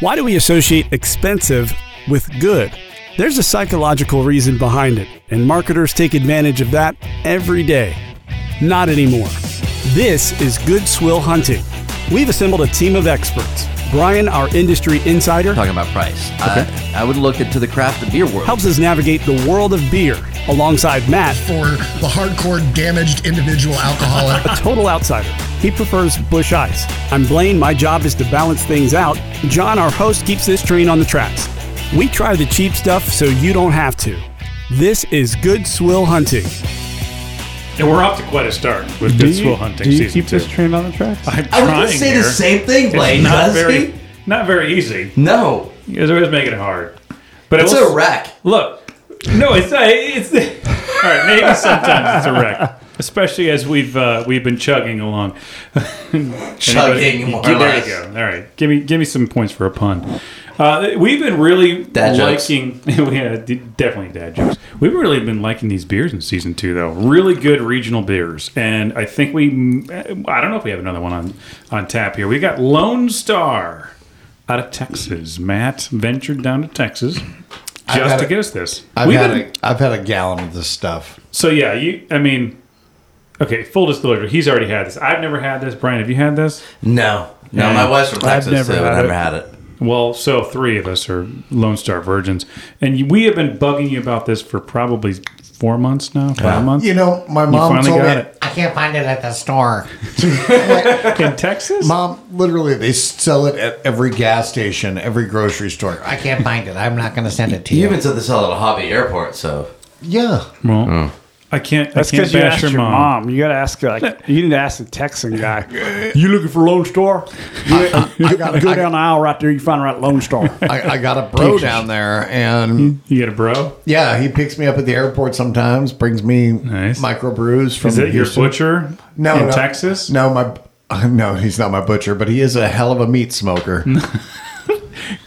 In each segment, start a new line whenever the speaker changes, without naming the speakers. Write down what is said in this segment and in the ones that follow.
Why do we associate expensive with good? There's a psychological reason behind it, and marketers take advantage of that every day. Not anymore. This is Good Swill Hunting. We've assembled a team of experts. Brian, our industry insider,
talking about price. I, I would look into the craft of beer world.
helps us navigate the world of beer alongside Matt,
for the hardcore damaged individual alcoholic.
total outsider. He prefers bush ice. I'm Blaine. My job is to balance things out. John, our host, keeps this train on the tracks. We try the cheap stuff so you don't have to. This is Good Swill Hunting.
And we're off to quite a start with
Do
Good
you-
Swill Hunting
Do you
season
keep
two.
this train on the track?
I'm
I was
trying
going to say
here.
the same thing,
It's
Blaine.
not
does
very,
he?
not very easy.
No,
You guys are always making it hard. But
it's
I will
a wreck.
Look, no, it's not. It's all right. Maybe sometimes it's a wreck, especially as we've uh, we've been chugging along.
Chugging, more or
there
less.
you go. All right, give me give me some points for a pun. Uh, we've been really
Dad jokes.
liking. yeah, d- definitely dad jokes. We've really been liking these beers in season two, though. Really good regional beers, and I think we. I don't know if we have another one on on tap here. We got Lone Star out of Texas. Matt ventured down to Texas just
had
to
a-
get us this.
I've
We've
had
been-
a, I've had a gallon of this stuff.
so yeah, you. I mean, okay. Full disclosure, he's already had this. I've never had this. Brian, have you had this?
No, no. My wife's from
I've
Texas,
never
so
had
I've
it.
never had it.
Well, so three of us are Lone Star virgins, and we have been bugging you about this for probably four months now, five months.
You know, my
finally
mom told me
got it.
I can't find it at the store.
in Texas.
Mom, literally, they sell it at every gas station, every grocery store.
I can't find it. I'm not going to send it to
You
you.
even said this all at a hobby airport, so
Yeah,
Well, I can't.
That's
I can't
because you
bash
asked your mom. You got to ask like you need to ask the Texan guy. You looking for Lone Star?
I got,
Go
I,
down the aisle right there. You find right Lone Star.
I, I got a bro down there, and
You got a bro?
yeah, he picks me up at the airport sometimes, brings me
Nice.
microbrews from
Is that your
Houston.
butcher?
No,
in
no.
Texas.
No, my uh, no, he's not my butcher, but he is a hell of a meat smoker.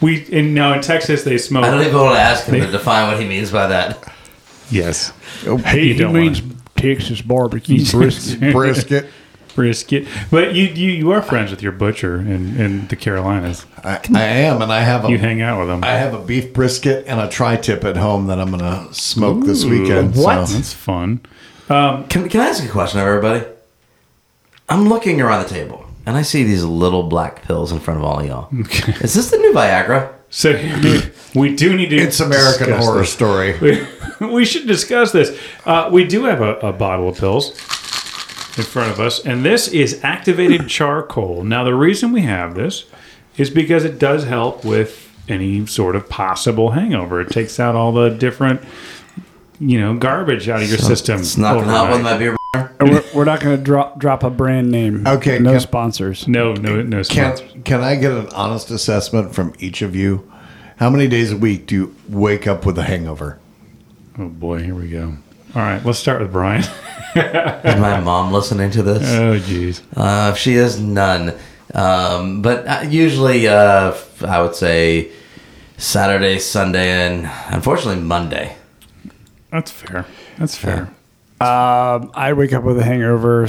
We and now in Texas they smoke.
I don't even want to ask him to define what he means by that.
yes,
He,
you
Oh, he
don't
means
wanna-
Texas barbecue brisket.
Brisket.
brisket. But you, you you are friends with your butcher in in the Carolinas.
I, I am, and I have a I
You hang out with him.
have a beef brisket and a tri-tip at home that I'm gonna smoke this weekend.
What?
so-
That's fun.
Can, can I ask a question of everybody? I'm looking around the table and I see these little black pills in front of all y'all. Is this the new Viagra?
So we do need to.
It's American
discuss
Horror
this.
Story.
We, we should discuss this. Uh, we do have a, a bottle of pills in front of us, and this is activated charcoal. Now, the reason we have this is because it does help with any sort of possible hangover. It takes out all the different, you know, garbage out of your system.
It's not gonna help
overnight.
with my beer.
And we're, we're not going to drop drop a brand name.
Okay,
no
can-
sponsors.
No, no, no.
Can
sponsors.
can I get an honest assessment from each of you? How many days a week do you wake up with a hangover?
Oh boy, here we go. All right, let's start with Brian.
Is my mom listening to this?
Oh, jeez.
Uh, she is none. Um, but uh, usually, uh, f- I would say Saturday, Sunday, and unfortunately Monday.
That's fair. That's fair.
Um, I wake up with a hangover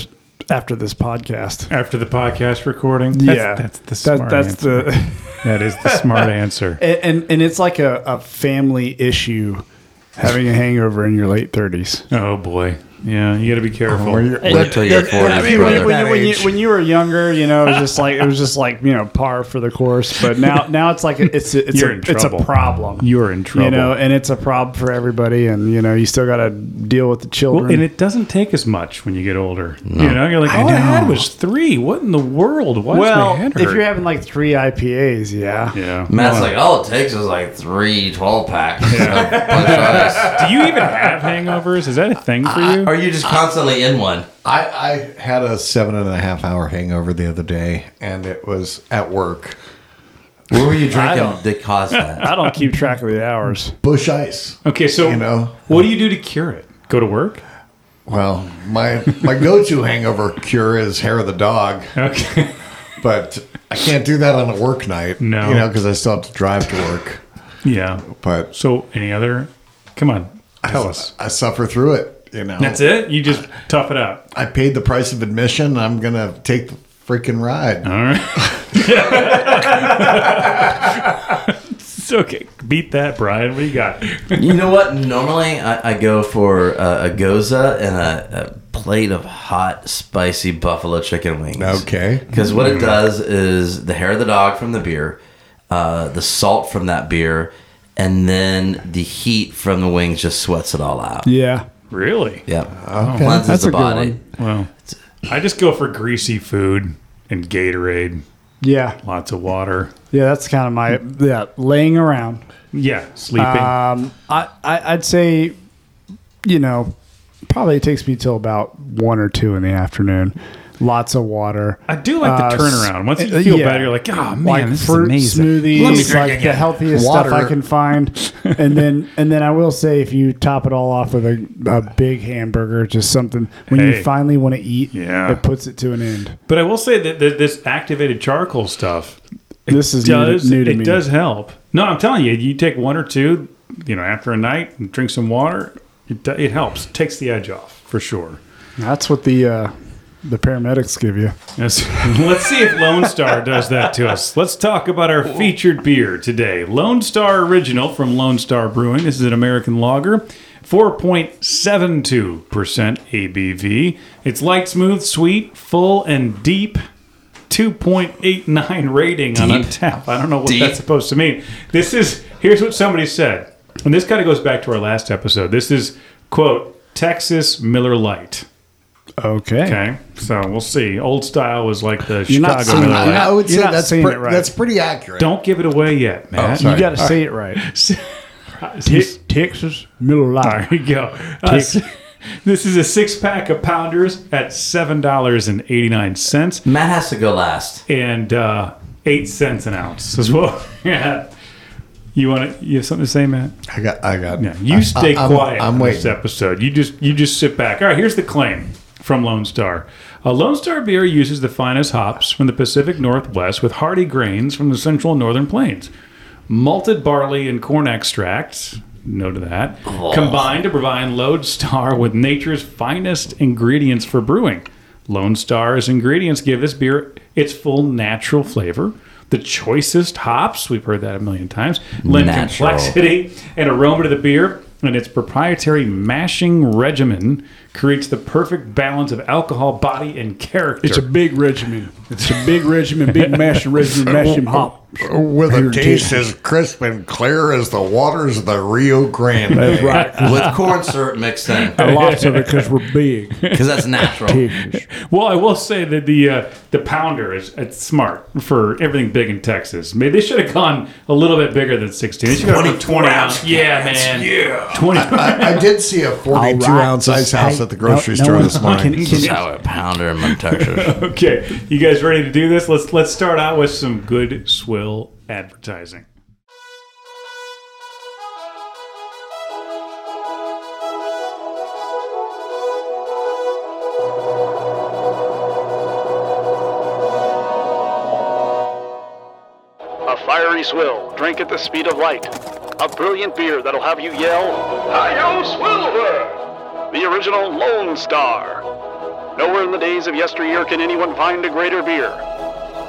after this podcast.
After the podcast recording,
yeah,
that's, that's the
That-
smart
that's
answer.
the.
that is the smart answer.
and and, and it's like a, a family issue having a hangover in your late 30s
Oh boy, yeah, you got to be careful.
Or you're-
Wait till you're 40,
I mean,
brother.
when, you, when, you, when, you, when you were younger, you know, it was just like it was just like you know par for the course. But now, now it's like a- it's a, it's
You're
a,
in
it's a
trouble.
problem.
You're in trouble.
You know, and it's a problem for everybody. And you know, you still got to deal with the children.
well, and it doesn't take as much when you get older. You know, you're like, all I, had was three. What in the world? Why
well,
is my head
if you're
hurt?
having like three IPAs, yeah,
yeah.
Matt's
Well,
like, all it takes is like three 12 packs.
do you even have hangovers? Is that a thing for you?
Are you just constantly in one?
I, I had a seven and a half hour hangover the other day, and it was at work.
What were you drinking that caused that?
I don't keep track of the hours.
Bush ice.
okay, so
You know.
what do you do to cure it? Go to work?
Well, my my go to hangover cure is hair of the dog,
Okay.
but I can't do that on a work night.
No.
you know, because I still have to drive to work.
yeah.
But
So any other? Come on, tell us.
I suffer through it. You know,
That's it. You just tough it out.
I paid the price of admission. I'm gonna take the freaking ride.
All right. okay, beat that, Brian. What do you got?
You know what? Normally, I, I go for uh, a goza and a, a plate of hot, spicy buffalo chicken wings.
Okay.
Because what it does is the hair of the dog from the beer, uh, the salt from that beer, and then the heat from the wings just sweats it all out.
Yeah.
really?
Yep. Cleanses
That's
the
a good
body.
one.
Well, I just go for greasy food and Gatorade,
Yeah.
lots of water.
Yeah. That's kind of my, yeah, laying around.
Yeah, sleeping.
Um, I, I, I'd say, you know, probably it takes me till about one or two in the afternoon. Lots of water.
I do like the
Uh,
turnaround. Once you
uh,
feel
yeah.
bad, you're like, oh man,
like
this
fruit
is amazing. Let me
smoothies,
drink
like the healthiest stuff
Water.
I can find, and then and then I will say if you top it all off with a, a big hamburger, just something when
Hey.
you finally want to eat,
Yeah.
it puts it to an end.
But I will say that th- this activated charcoal stuff
This is new to-
does
new to,
it
me.
does help. No, I'm telling you, you take one or two, you know, after a night, and drink some water. It, do- it helps. Takes the edge off for sure.
That's what the uh, the paramedics give you.
Yes. Let's see if Lone Star does that to us. Let's talk about our featured beer today. Lone Star Original from Lone Star Brewing. This is an American lager, 4.72% ABV. It's light, smooth, sweet, full, and deep. 2.89 rating on
Deep.
tap. I don't know what
Deep.
that's supposed to mean. This is here's what somebody said, and this kind of goes back to our last episode. This is quote Texas Miller Light.
Okay.
Okay, so we'll see. Old style was like the
You're not
Chicago
seeing
Miller
it.
Lite.
I would
You're
say
not
that's
saying
pre-
it right.
that's pretty accurate.
Don't give it away yet, Matt.
sorry.
You got to say it right.
Hit-
Texas Miller Lite.
there you go. Uh, s- this is a six pack of Pounders at seven dollars and eighty nine cents
Matt has to go last.
and uh, eight cents an ounce as well. yeah. You want to? You have something to say, Matt?
I got. I got.
Yeah. You stay
I'm-
quiet.
I'm
I'm, This
waiting.
episode, you just you just sit back. All right. Here's the claim from Lone Star. A Lone Star beer uses the finest hops from the Pacific Northwest with hearty grains from the central and northern plains. malted barley and corn extracts, no to that, combined to provide Lone Star with nature's finest ingredients for brewing. Lone Star's ingredients give this beer its full natural flavor, the choicest hops, we've heard that a million times, lend
Natural.
complexity and aroma to the beer, and its proprietary mashing regimen creates the perfect balance of alcohol, body, and character.
It's a big regimen. It's a big regimen, big mash regimen, mash him hop.
With a
taste
taste as crisp and clear as the waters of the Rio Grande.
That's right.
With corn syrup mixed in.
A lot of it because we're big.
Because that's natural.
Texas.
Well, I will say that the uh, the pounder is it's smart for everything big in Texas. Maybe they should have gone a little bit bigger than sixteen. They should have gone
24
for twenty ounce.
ounce
Yeah, man. Yeah, twenty.
I, I did see a 42
All right.
ounce ice house at the grocery
No- no
store
one-
this morning.
Can- can-
Sour pounder in my Texas.
okay, you guys ready to do this? Let's let's start out with some good swill advertising.
A fiery swill, drink at the speed of light. A brilliant beer that'll have you yell, Hi-yo, Swilver! The original Lone Star. Nowhere in the days of yesteryear can anyone find a greater beer.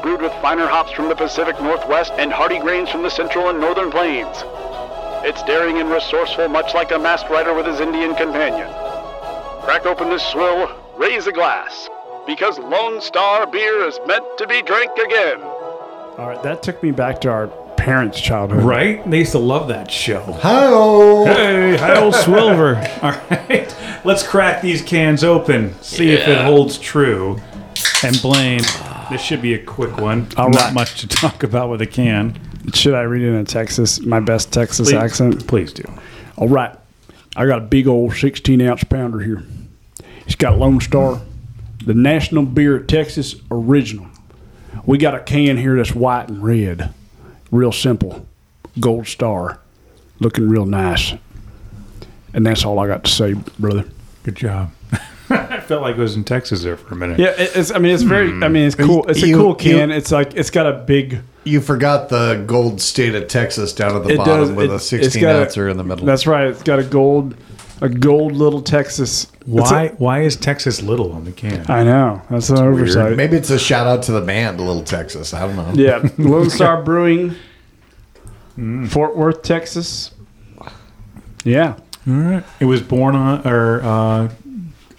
Brewed with finer hops from the Pacific Northwest and hearty grains from the Central and Northern Plains. It's daring and resourceful, much like a masked rider with his Indian companion. Crack open this swill, raise a glass, because Lone Star beer is meant to be drank again.
All right, that took me back to our parents' childhood.
Right? They used to love that show.
Hi-oh.
Hey, hi, old Swilver. All right, let's crack these cans open. See if it holds true. And blame. This should be a quick one.
All
Not
right.
much to talk about with a can.
Should I read it in a Texas, my best Texas
Please-
accent?
Please do.
All right, I got a big old 16 ounce pounder here. It's got Lone Star, the National Beer of Texas Original. We got a can here that's white and red. Real simple. Gold Star. Looking real nice. And that's all I got to say, brother.
Good job. I felt like I was in Texas there for a minute.
Yeah, it- it's. I mean, it's very. I mean, it's cool. It's a
You-
cool
you-
can. it's like it's got a big.
You forgot the gold state of Texas down at the
It
bottom
does.
with
it-
a
it's
16
got a-
ouncer in the middle.
That's right. It's got a gold, a gold little Texas. It's
Why?
a-
why is Texas little on the can?
I know that's an oversight.
Maybe it's a shout out to the band Little Texas. I don't know.
Yeah, Lone Star Brewing. Fort Worth, Texas. Yeah.
All right. It was born on, or uh,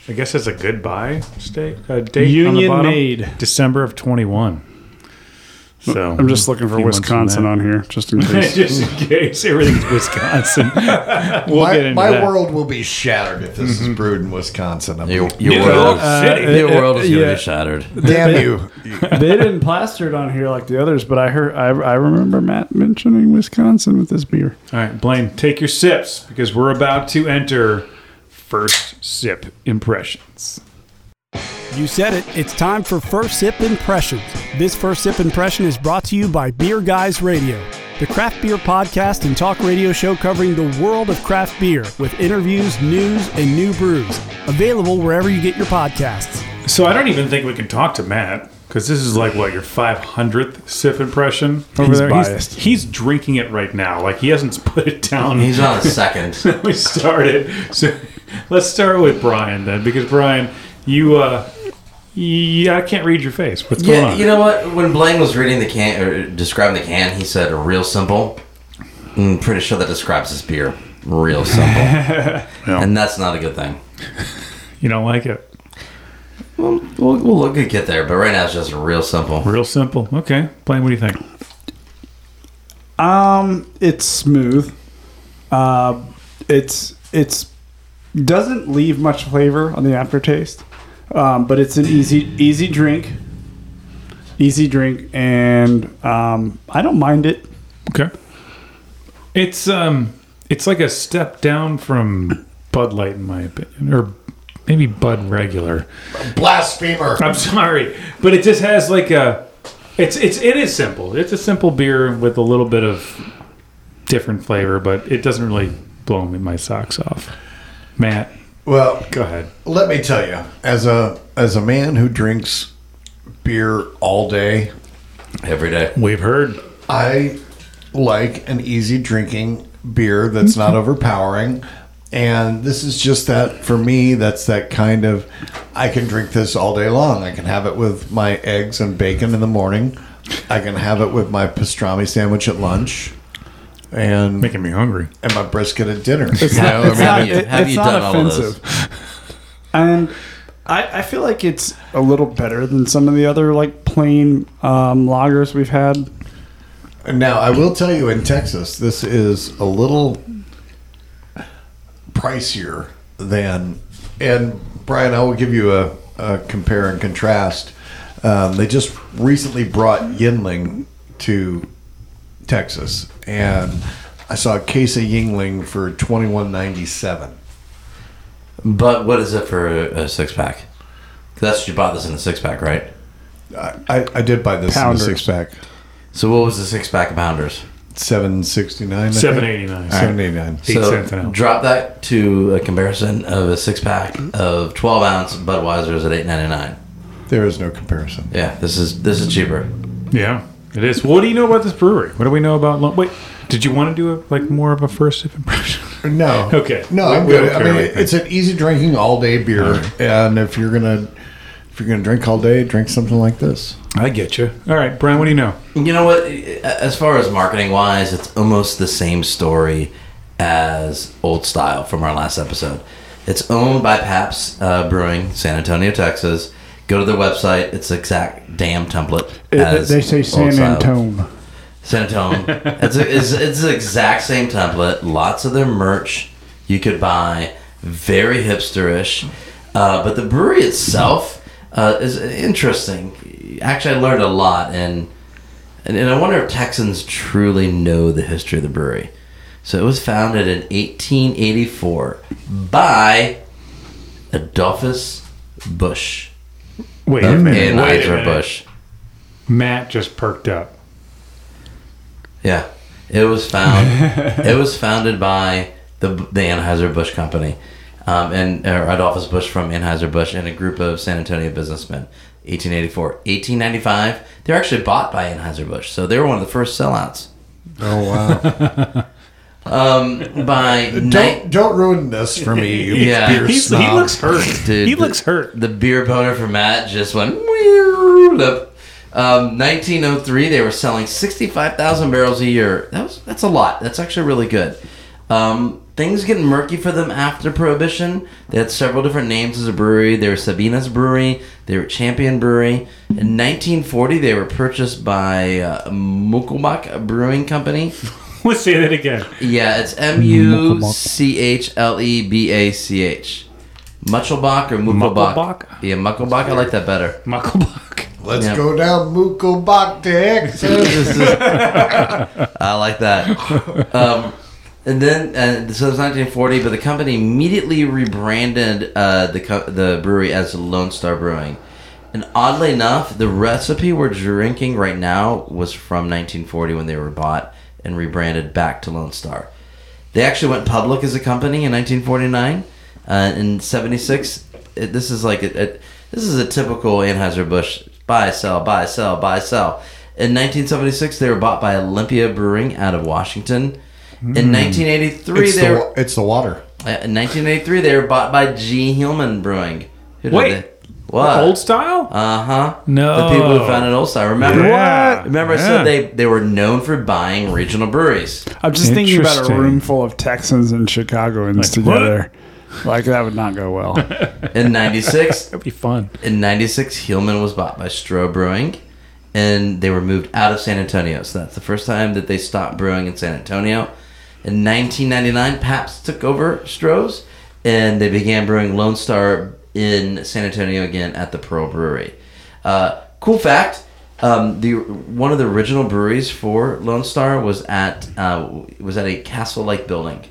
I guess it's a goodbye state uh, date. on the
Union
bottom.
made.
December of twenty one. So
I'm just looking
a
for
few months from
Wisconsin
that.
on here, just in case.
just in case everything's Wisconsin. we'll get
my
into
my
that.
world will be shattered if this
Mm-hmm.
is brewed in Wisconsin. I'm
Your,
like,
your
Yeah.
world,
Uh,
your world is gonna
yeah.
be shattered.
Damn you!
they didn't plaster it on here like the others, but I heard I, I remember Matt mentioning Wisconsin with this beer.
All right, Blaine, take your sips because we're about to enter first sip impressions.
You said it. It's time for First Sip Impressions. This First Sip Impression is brought to you by Beer Guys Radio, the craft beer podcast and talk radio show covering the world of craft beer with interviews, news, and new brews. Available wherever you get your podcasts.
So I don't even think we can talk to Matt because this is like what your 500th sip impression over
He's
there.
biased.
He's, he's drinking it right now. Like he hasn't put it down.
He's on a second.
we started. So let's start with Brian then, because Brian, you, uh, yeah, I can't read your face. What's going
yeah,
on?
you know what? When Blaine was reading the can or describing the can, he said real simple. I'm pretty sure that describes this beer. Real simple. And that's not a good thing.
you don't like it.
Well, we'll, we'll look at get there, but right now it's just real simple.
Real simple. Okay, Blaine, what do you think?
Um, it's smooth. Uh, it's it's doesn't leave much flavor on the aftertaste, um, but it's an easy easy drink. Easy drink, and um, I don't mind it.
Okay. It's um, it's like a step down from Bud Light in my opinion, or maybe Bud Regular.
Blasphemer!
I'm sorry, but it just has like a, it's it's it is simple. It's a simple beer with a little bit of different flavor, but it doesn't really blow me my socks off. Matt,
Well,
go ahead.
let me tell you, as a as a man who drinks beer all day,
Every day.
We've heard.
I like an easy drinking beer that's not overpowering. And this is just that for me, that's that kind of I can drink this all day long. I can have it with my eggs and bacon in the morning. I can have it with my pastrami sandwich at lunch and
Making me hungry.
and my brisket at dinner.
You know,
it's
have
not-
you,
it-
have
it's
you
not
done all of those?
offensive. and I, I feel like it's a little better than some of the other like plain um, lagers we've had.
Now, I will tell you in Texas, this is a little pricier than. And Brian, I will give you a, a compare and contrast. Um, they just recently brought Yinling to Texas, and I saw a case of Yingling for twenty one ninety seven.
But what is it for a, a six pack? 'Cause That's you bought this in a six pack, right?
I, I did buy this
Pounders.
in a six pack,
So what was the six pack of Pounders?
seven sixty nine,
Seven eighty nine.
seven eighty nine.
Eight
so
cents an ounce.
drop that to a comparison of a six pack of twelve ounce Budweisers at eight ninety nine.
There is no comparison.
Yeah, this is this is cheaper.
Yeah, it is. What do you know about this brewery? What do we know about? Lo- Wait, did you want to do a, like more of a first sip impression?
No.
Okay.
No,
We-
I'm
we don't
good. I
care
mean,
what you think.
it's an easy drinking all day beer, and if you're gonna if you're gonna drink all day, drink something like this.
I get you. All right, Brian, what do you know?
You know what? As far as marketing wise, it's almost the same story as Old Style from our last episode. It's owned by Paps uh, Brewing, San Antonio, Texas. Go to their website. It's the exact damn template.
It,
as
they say
Old
San
Style.
Antone.
San Antonio. it's, a, it's, it's the exact same template. Lots of their merch you could buy. Very hipsterish. Uh, but the brewery itself uh, is interesting. Actually, I learned a lot. And, and, and I wonder if Texans truly know the history of the brewery. So it was founded in 1884 by Adolphus Bush.
Wait
of
a minute.
Anheuser
Wait a minute.
Busch.
Matt just perked up.
Yeah, it was found. it was founded by the the Anheuser Busch company, um, and or Adolphus Busch from Anheuser Busch and a group of San Antonio businessmen. 1884, 1895. They were actually bought by Anheuser Busch, so they were one of the first sellouts.
Oh wow!
Um, by night,
don't don't ruin this for me. you
Yeah.
beer
He's, he
snob.
looks hurt.
dude,
he
the-
looks hurt.
The beer boner for Matt just went. "Wheeled up. Um, 1903, they were selling 65,000 barrels a year. That was that's a lot. That's actually really good. Um, things get murky for them after Prohibition. They had several different names as a brewery. They were Sabina's Brewery. They were Champion Brewery. In 1940, they were purchased by uh, Mukilbach Brewing Company.
Let's say that again.
Yeah, it's M U C H L E B A C H. Muchelbach or Muckelbach?
Muckelbach?
Yeah, Muckelbach. I like that better.
Muckelbach.
Let's
Yeah.
go down Mukobak to Texas.
I like that. Um, and then, uh, so it was 1940, but the company immediately rebranded uh, the, co- the brewery as Lone Star Brewing. And oddly enough, the recipe we're drinking right now was from 1940 when they were bought and rebranded back to Lone Star. They actually went public as a company in 1949. Uh, in 76, it, this is like a, a- this is a typical Anheuser-Busch buy, sell, buy, sell, buy, sell. In 1976, they were bought by Olympia Brewing out of Washington.
Hmm.
In 1983,
it's,
they
the,
were,
wa- it's the water.
uh, in 1983 they were bought by G. Hillman Brewing. Who did
Wait.
they- what?
Old style?
Uh huh.
No.
The people who founded Old Star. Remember?
Yeah. What?
Remember, I
Yeah.
said they, they were known for buying regional breweries.
I'm just thinking about a
Interesting.
room full of Texans and Chicagoans together. Like that would not go well.
In 96,
That'd be fun.
in 96, Hillman was bought by Stroh Brewing, and they were moved out of San Antonio. So that's the first time that they stopped brewing in San Antonio. In 1999, Pabst took over Stroh's, and they began brewing Lone Star in San Antonio again at the Pearl Brewery. Uh, cool fact: um, the one of the original breweries for Lone Star was at uh, was at a castle like building,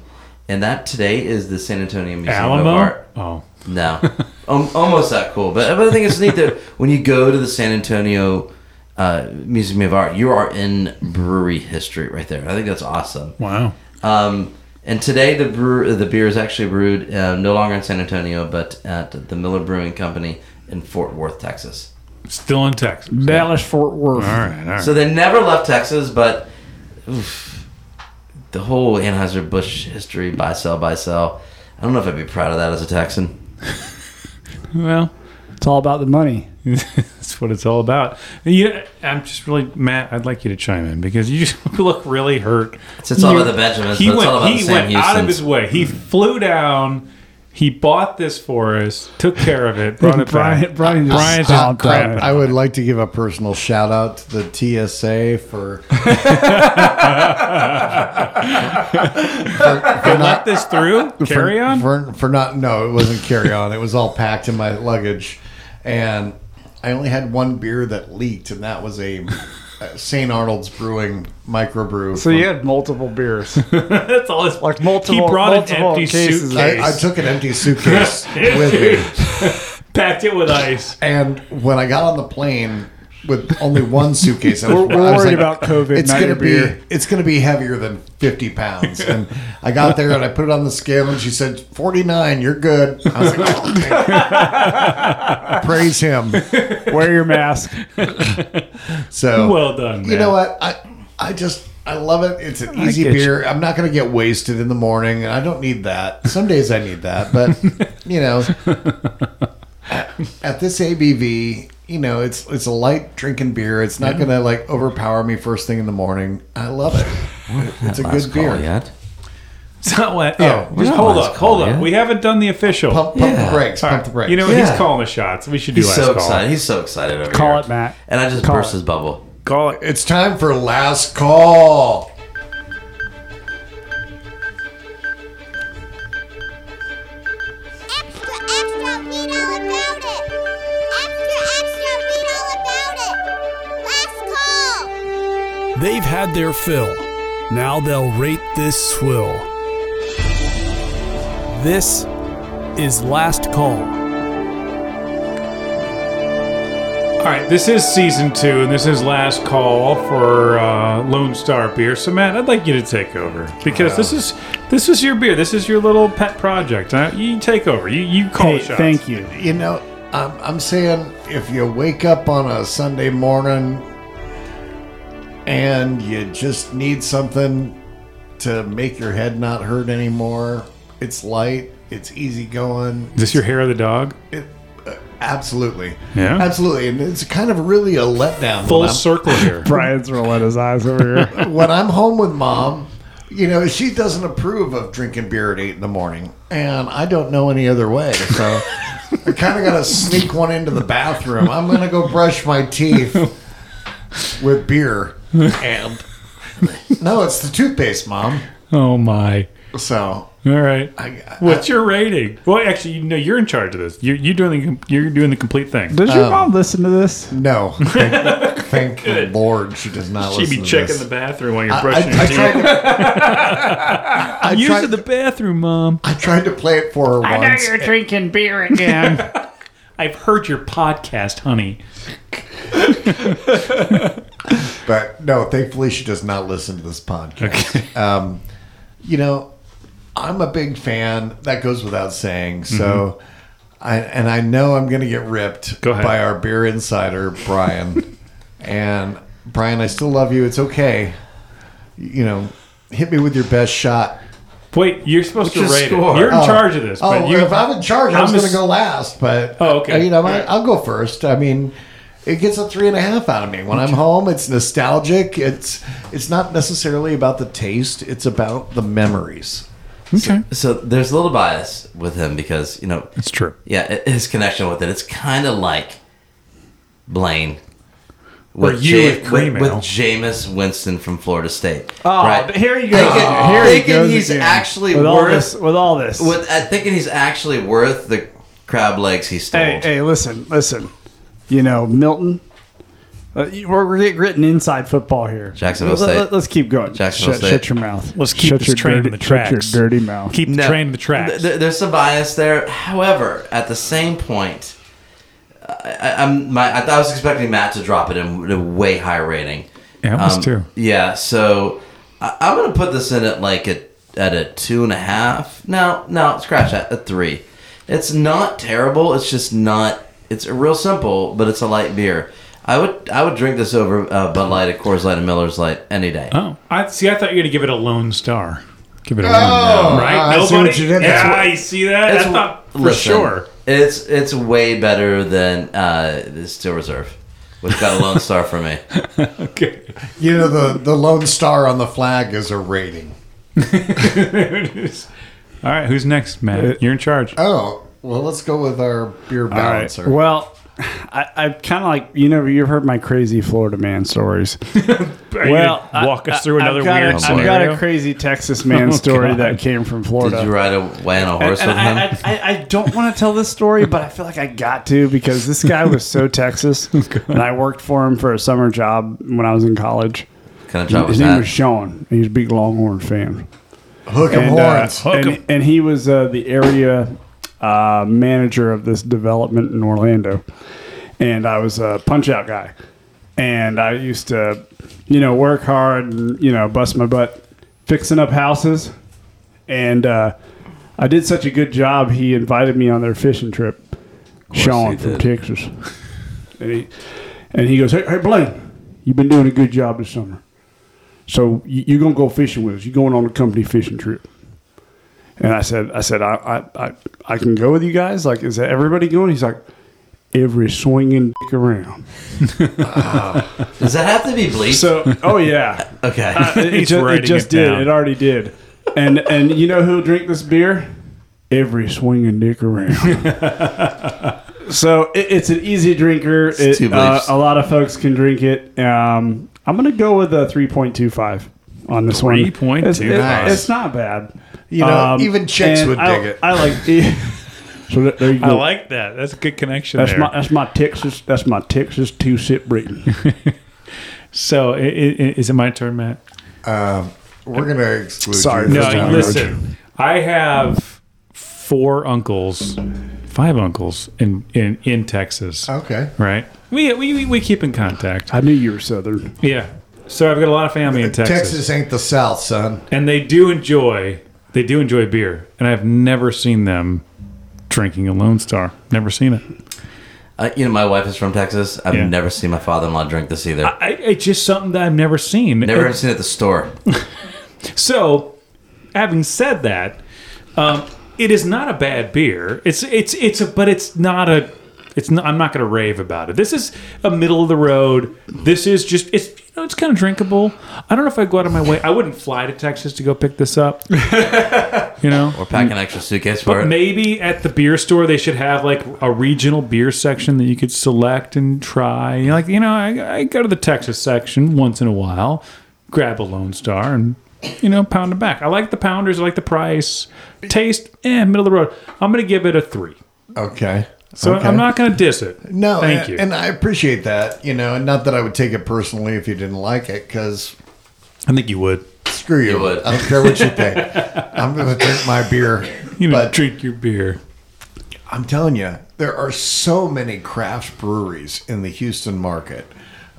and that today is the San Antonio Museum of
Alamo?
Art.
Oh.
No, um, almost that cool. But, but I think it's neat that when you go to the San Antonio uh, Museum of Art, you are in brewery history right there. I think that's awesome.
Wow.
Um, and today the brew the beer is actually brewed uh, no longer in San Antonio, but at the Miller Brewing Company in Fort Worth, Texas.
Still in Texas.
Dallas Fort Worth.
All right. All right.
So they never left Texas, but oof, the whole Anheuser Busch history buy sell buy sell. I don't know if I'd be proud of that as a Texan.
well,
It's all about the money.
that's what it's all about. You, I'm just really, Matt, I'd like you to chime in because you just look really hurt.
It's, it's all about the Benjamins,
He
but it's
went,
all about the
he
Sam
went out of
Houstons.
his way. He flew down. He bought this for us, took care of it, brought it
Brian,
back.
Brian just
Brian's just
stomped on
crap.
it.
I would like to give a personal shout out to the TSA for, for, for
Let
not
this through. Carry on.
for, for not no it wasn't carry on it was all packed in my luggage and I only had one beer that leaked and that was a St. Arnold's Brewing microbrew.
So you had multiple beers.
That's all. It's
Like multiple-
He brought an
multiple
empty
cases of-
suitcase,
I, I took an empty suitcase with me.
packed it with ice.
And when I got on the plane with only one suitcase, I was,
We're- we're
I was
worried about COVID,
It's
not
gonna
your
be
beer."
it's gonna be heavier than fifty pounds. And I got there and I put it on the scale, and she said forty nine. You're good. I was like, "Oh, thank you." praise him.
Wear your mask.
So
Well done.
you
man.
know what? I I just I love it. It's an easy
get you.
beer. I'm not going to get wasted in the morning, and I don't need that. Some days I need that, but you know, at, at this ABV, you know, it's it's a light drinking beer. It's not going to like overpower me first thing in the morning. I love it. It's a good beer.
Yet.
It's not what. Yeah.
Oh,
just
no,
hold
it's
up. Hold
cold,
up.
yeah.
We haven't done the official.
Pump, pump the brakes. Pump the brakes.
You know he's
Yeah.
calling the shots. We should do
He's
last
so
call.
excited. He's so excited over
Call
here.
it, Matt.
And I just
Call
burst
it.
his bubble.
Call it.
it's time for last call.
Extra, extra, read all about it! Extra, extra, read all about it! Last call!
They've had their fill. Now they'll rate this swill. This is Last Call.
All right. This is season two, and this is last call for uh, Lone Star beer. So Matt, I'd like you to take over because this is this is your beer. This is your little pet project. Uh, you take over. You you call
Hey,
the shots.
thank you.
You know, I'm, I'm saying if you wake up on a Sunday morning and you just need something to make your head not hurt anymore, it's light, it's easy going. uh,
Is this your hair of the dog?
Absolutely.
Yeah.
Absolutely. And it's kind of really a letdown.
Full
when I'm-
circle here.
Brian's rolling his eyes over here.
when I'm home with mom, you know, she doesn't approve of drinking beer at eight in the morning, and I don't know any other way. So I kind of got to sneak one into the bathroom. I'm going to go brush my teeth with beer, and no, it's the toothpaste, mom.
Oh my!
So
All right.
I,
What's your rating? Well, actually, you know, you're in charge of this. You're, you're doing the com- you're doing the complete thing.
Does
Oh.
your mom listen to this?
no? Thank, thank the Lord, she does not.
She'd
listen
be
to
checking
this.
the bathroom while you're
I, I,
brushing your
I
teeth.
tried to, I,
I'm
tried,
using the bathroom, Mom.
I tried to play it for her once.
drinking beer again. I've heard your podcast, honey.
But no, thankfully she does not listen to this podcast. Um, you know, I'm a big fan. That goes without saying. So, I and I know I'm going to get ripped
Mm-hmm. Go ahead.
by our beer insider Brian. and Brian, I still love you. It's okay. You know, hit me with your best shot.
Wait, you're supposed to
your
rate
score?
it. You're in
Oh.
charge of this.
Oh,
but you,
if I'm in charge, I
I'm
was going to
ass-
go last. But
Oh, okay.
I, you know, I, I'll go first. I mean, it gets a three and a half out of me when I'm home. It's nostalgic. It's it's not necessarily about the taste. It's about the memories.
okay,
So there's a little bias with him because you know,
it's true.
yeah, i- his connection with it. It's kind of like Blaine. With
you with cream
with, with
ale.
Jameis Winston from Florida State.
Oh,
right?
here you go.
Thinking,
Here he
Oh. thinking
goes
he's
again.
actually
With all
worth
this, with all this.
With, I thinking he's actually worth the crab legs he stole.
hey, hey, listen, listen. You know, Milton. Uh, you- we're we're getting written inside football here.
Jacksonville
Let- Let,
State.
us keep going.
Jacksonville
shut,
State.
shut your mouth.
Let's keep
shut
this
your
train
dirty,
in the
shut your
tracks.
dirty mouth.
Keep
No.
the train in the tracks.
Th- th- there's some bias there. However, at the same point, I, I, I'm my I, thought I was expecting Matt to drop it in with a way high rating.
Yeah, I was too.
Yeah, so I, I'm gonna put this in at like a at a two and a half. No, no, scratch that. A three. It's not terrible. It's just not. It's real simple, but it's a light beer. I would I would drink this over uh, Bud Light, a Coors Light, and Miller's Light any day.
oh, I see. I thought you were gonna give it a lone star. Give it a lone star, Oh, right?
Oh, Um, I see what you did there.
Yeah, you see that? I thought for
listen,
sure.
It's it's way better than uh, the Steel Reserve, which got a lone star for me.
Okay.
You know, the the lone star on the flag is a rating.
All right, who's next, Matt? You're in charge.
Oh, well, let's go with our beer
All right.
balancer.
Well, I, I kind of like you know you've heard my crazy Florida man stories.
Are you
well,
gonna walk
I-
us through
I-
another
I've got
weird
a, I've
scenario.
got a crazy Texas man
Oh,
story
God.
that came from Florida.
Did you ride away on a
and
horse
and
with him?
I, I, I, I don't want to tell this story, but I feel like I got to because this guy was so Texas, and I worked for him for a summer job when I was in college.
kind of job was
His name was
that?
Sean. He was a big Longhorn fan
Hook 'em
and, uh,
horns.
Hook 'em.
and, and he was uh, the area uh, manager of this development in Orlando. And I was a punch out guy. And I used to, you know, work hard and, you know, bust my butt fixing up houses. And uh, I did such a good job, he invited me on their fishing trip. Sean
he
from
did.
Texas. And he, and he goes, hey, hey, Blaine, you've been doing a good job this summer. So you, you're going to go fishing with us. You're going on a company fishing trip. And I said, I said, I, I, I, I can go with you guys. Like, is everybody going? He's like, every swinging dick around.
Does that have to be bleached?
So, uh, oh yeah,
okay.
it, it
He's
ju- it
writing
just
it
did.
down.
It already did. And and you know who'll drink this beer? Every swinging dick around. so it, it's an easy drinker. It,
two
uh,
bleeps.
a lot of folks can drink it. Um, I'm gonna go with a 3.25 on this one.
3.25.
It's, it-
Nice.
it's not bad.
You know,
um,
even chicks
and
would
I,
dig it.
I like. so that, there you go.
I like that. That's a good connection
That's
there.
my that's my Texas that's my Texas two sip Britain.
so, i i- is it my turn, Matt?
Um, we're going to exclude
Sorry,
you.
no,
this time.
you-
listen. I have four uncles, five uncles in in, in Texas.
Okay.
Right. We, we we- we keep in contact.
I knew you were Southern.
Yeah. So I've got a lot of family in
Texas. ain't the South, son.
and they do enjoy they do enjoy beer and i've never seen them drinking a lone star never seen it
Uh, you know, my wife is from Texas. I've
Yeah.
never seen my father-in-law drink this either.
I, it's just something that i've never seen
never
And
have seen it at the store.
so having said that um, it is not a bad beer it's it's it's a but it's not a It's not, I'm not going to rave about it. This is a middle of the road. This is just it's you know it's kind of drinkable. I don't know if I'd go out of my way. I wouldn't fly to Texas to go pick this up. you know,
Or pack an extra suitcase for
but
it.
maybe at the beer store they should have like a regional beer section that you could select and try. You know, like you know, I, I go to the Texas section once in a while, grab a Lone Star and you know pound it back. I like the pounders. I like the price, taste, eh, middle of the road. I'm gonna give it a three.
Okay.
So
Okay.
I'm not gonna diss it.
No,
thank
and,
you.
And I appreciate that. You know, and not that I would take it personally if you didn't like it, because
I think you would.
screw you.
You would.
I don't care what you think. I'm going to drink my beer.
You know,
but
drink your beer.
I'm telling you, there are so many craft breweries in the Houston market.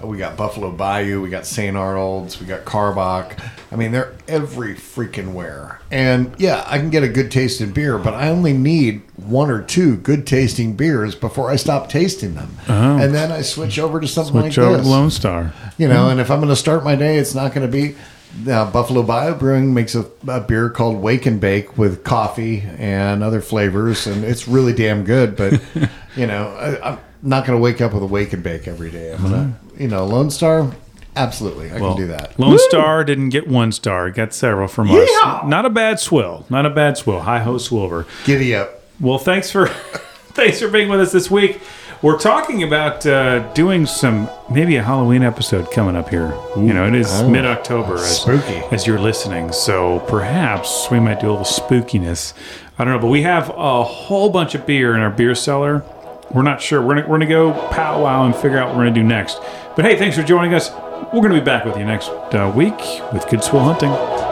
Uh, We got Buffalo Bayou, we got St. Arnold's, we got Carbach. I mean, they're every freaking where. And yeah, I can get a good tasting beer, but I only need one or two good tasting beers before I stop tasting them. And then I switch over to something
Uh-huh. Switch
like
over
this.
to Lone Star.
You know, and if I'm going to start my day, it's not going to be. Now, Buffalo Bio Brewing makes a, a beer called Wake and Bake with coffee and other flavors, and it's really damn good. But you know, I, I'm not going to wake up with a Wake and Bake every day. I'm gonna, you know, Lone Star, absolutely, I can do that.
Lone Star didn't get one star. It Got several from us. Not a bad swill. Not a bad swill. Hi ho, Swilver.
Giddy up!
Well, thanks for thanks for being with us this week. We're talking about uh, doing some maybe a Halloween episode coming up here. you know, it is mid October as,
spooky.
as you're listening, so perhaps we might do a little spookiness. I don't know, but we have a whole bunch of beer in our beer cellar. We're not sure. We're gonna, we're gonna go powwow and figure out what we're gonna do next. But hey, thanks for joining us. We're gonna be back with you next uh, week with Good Swill Hunting.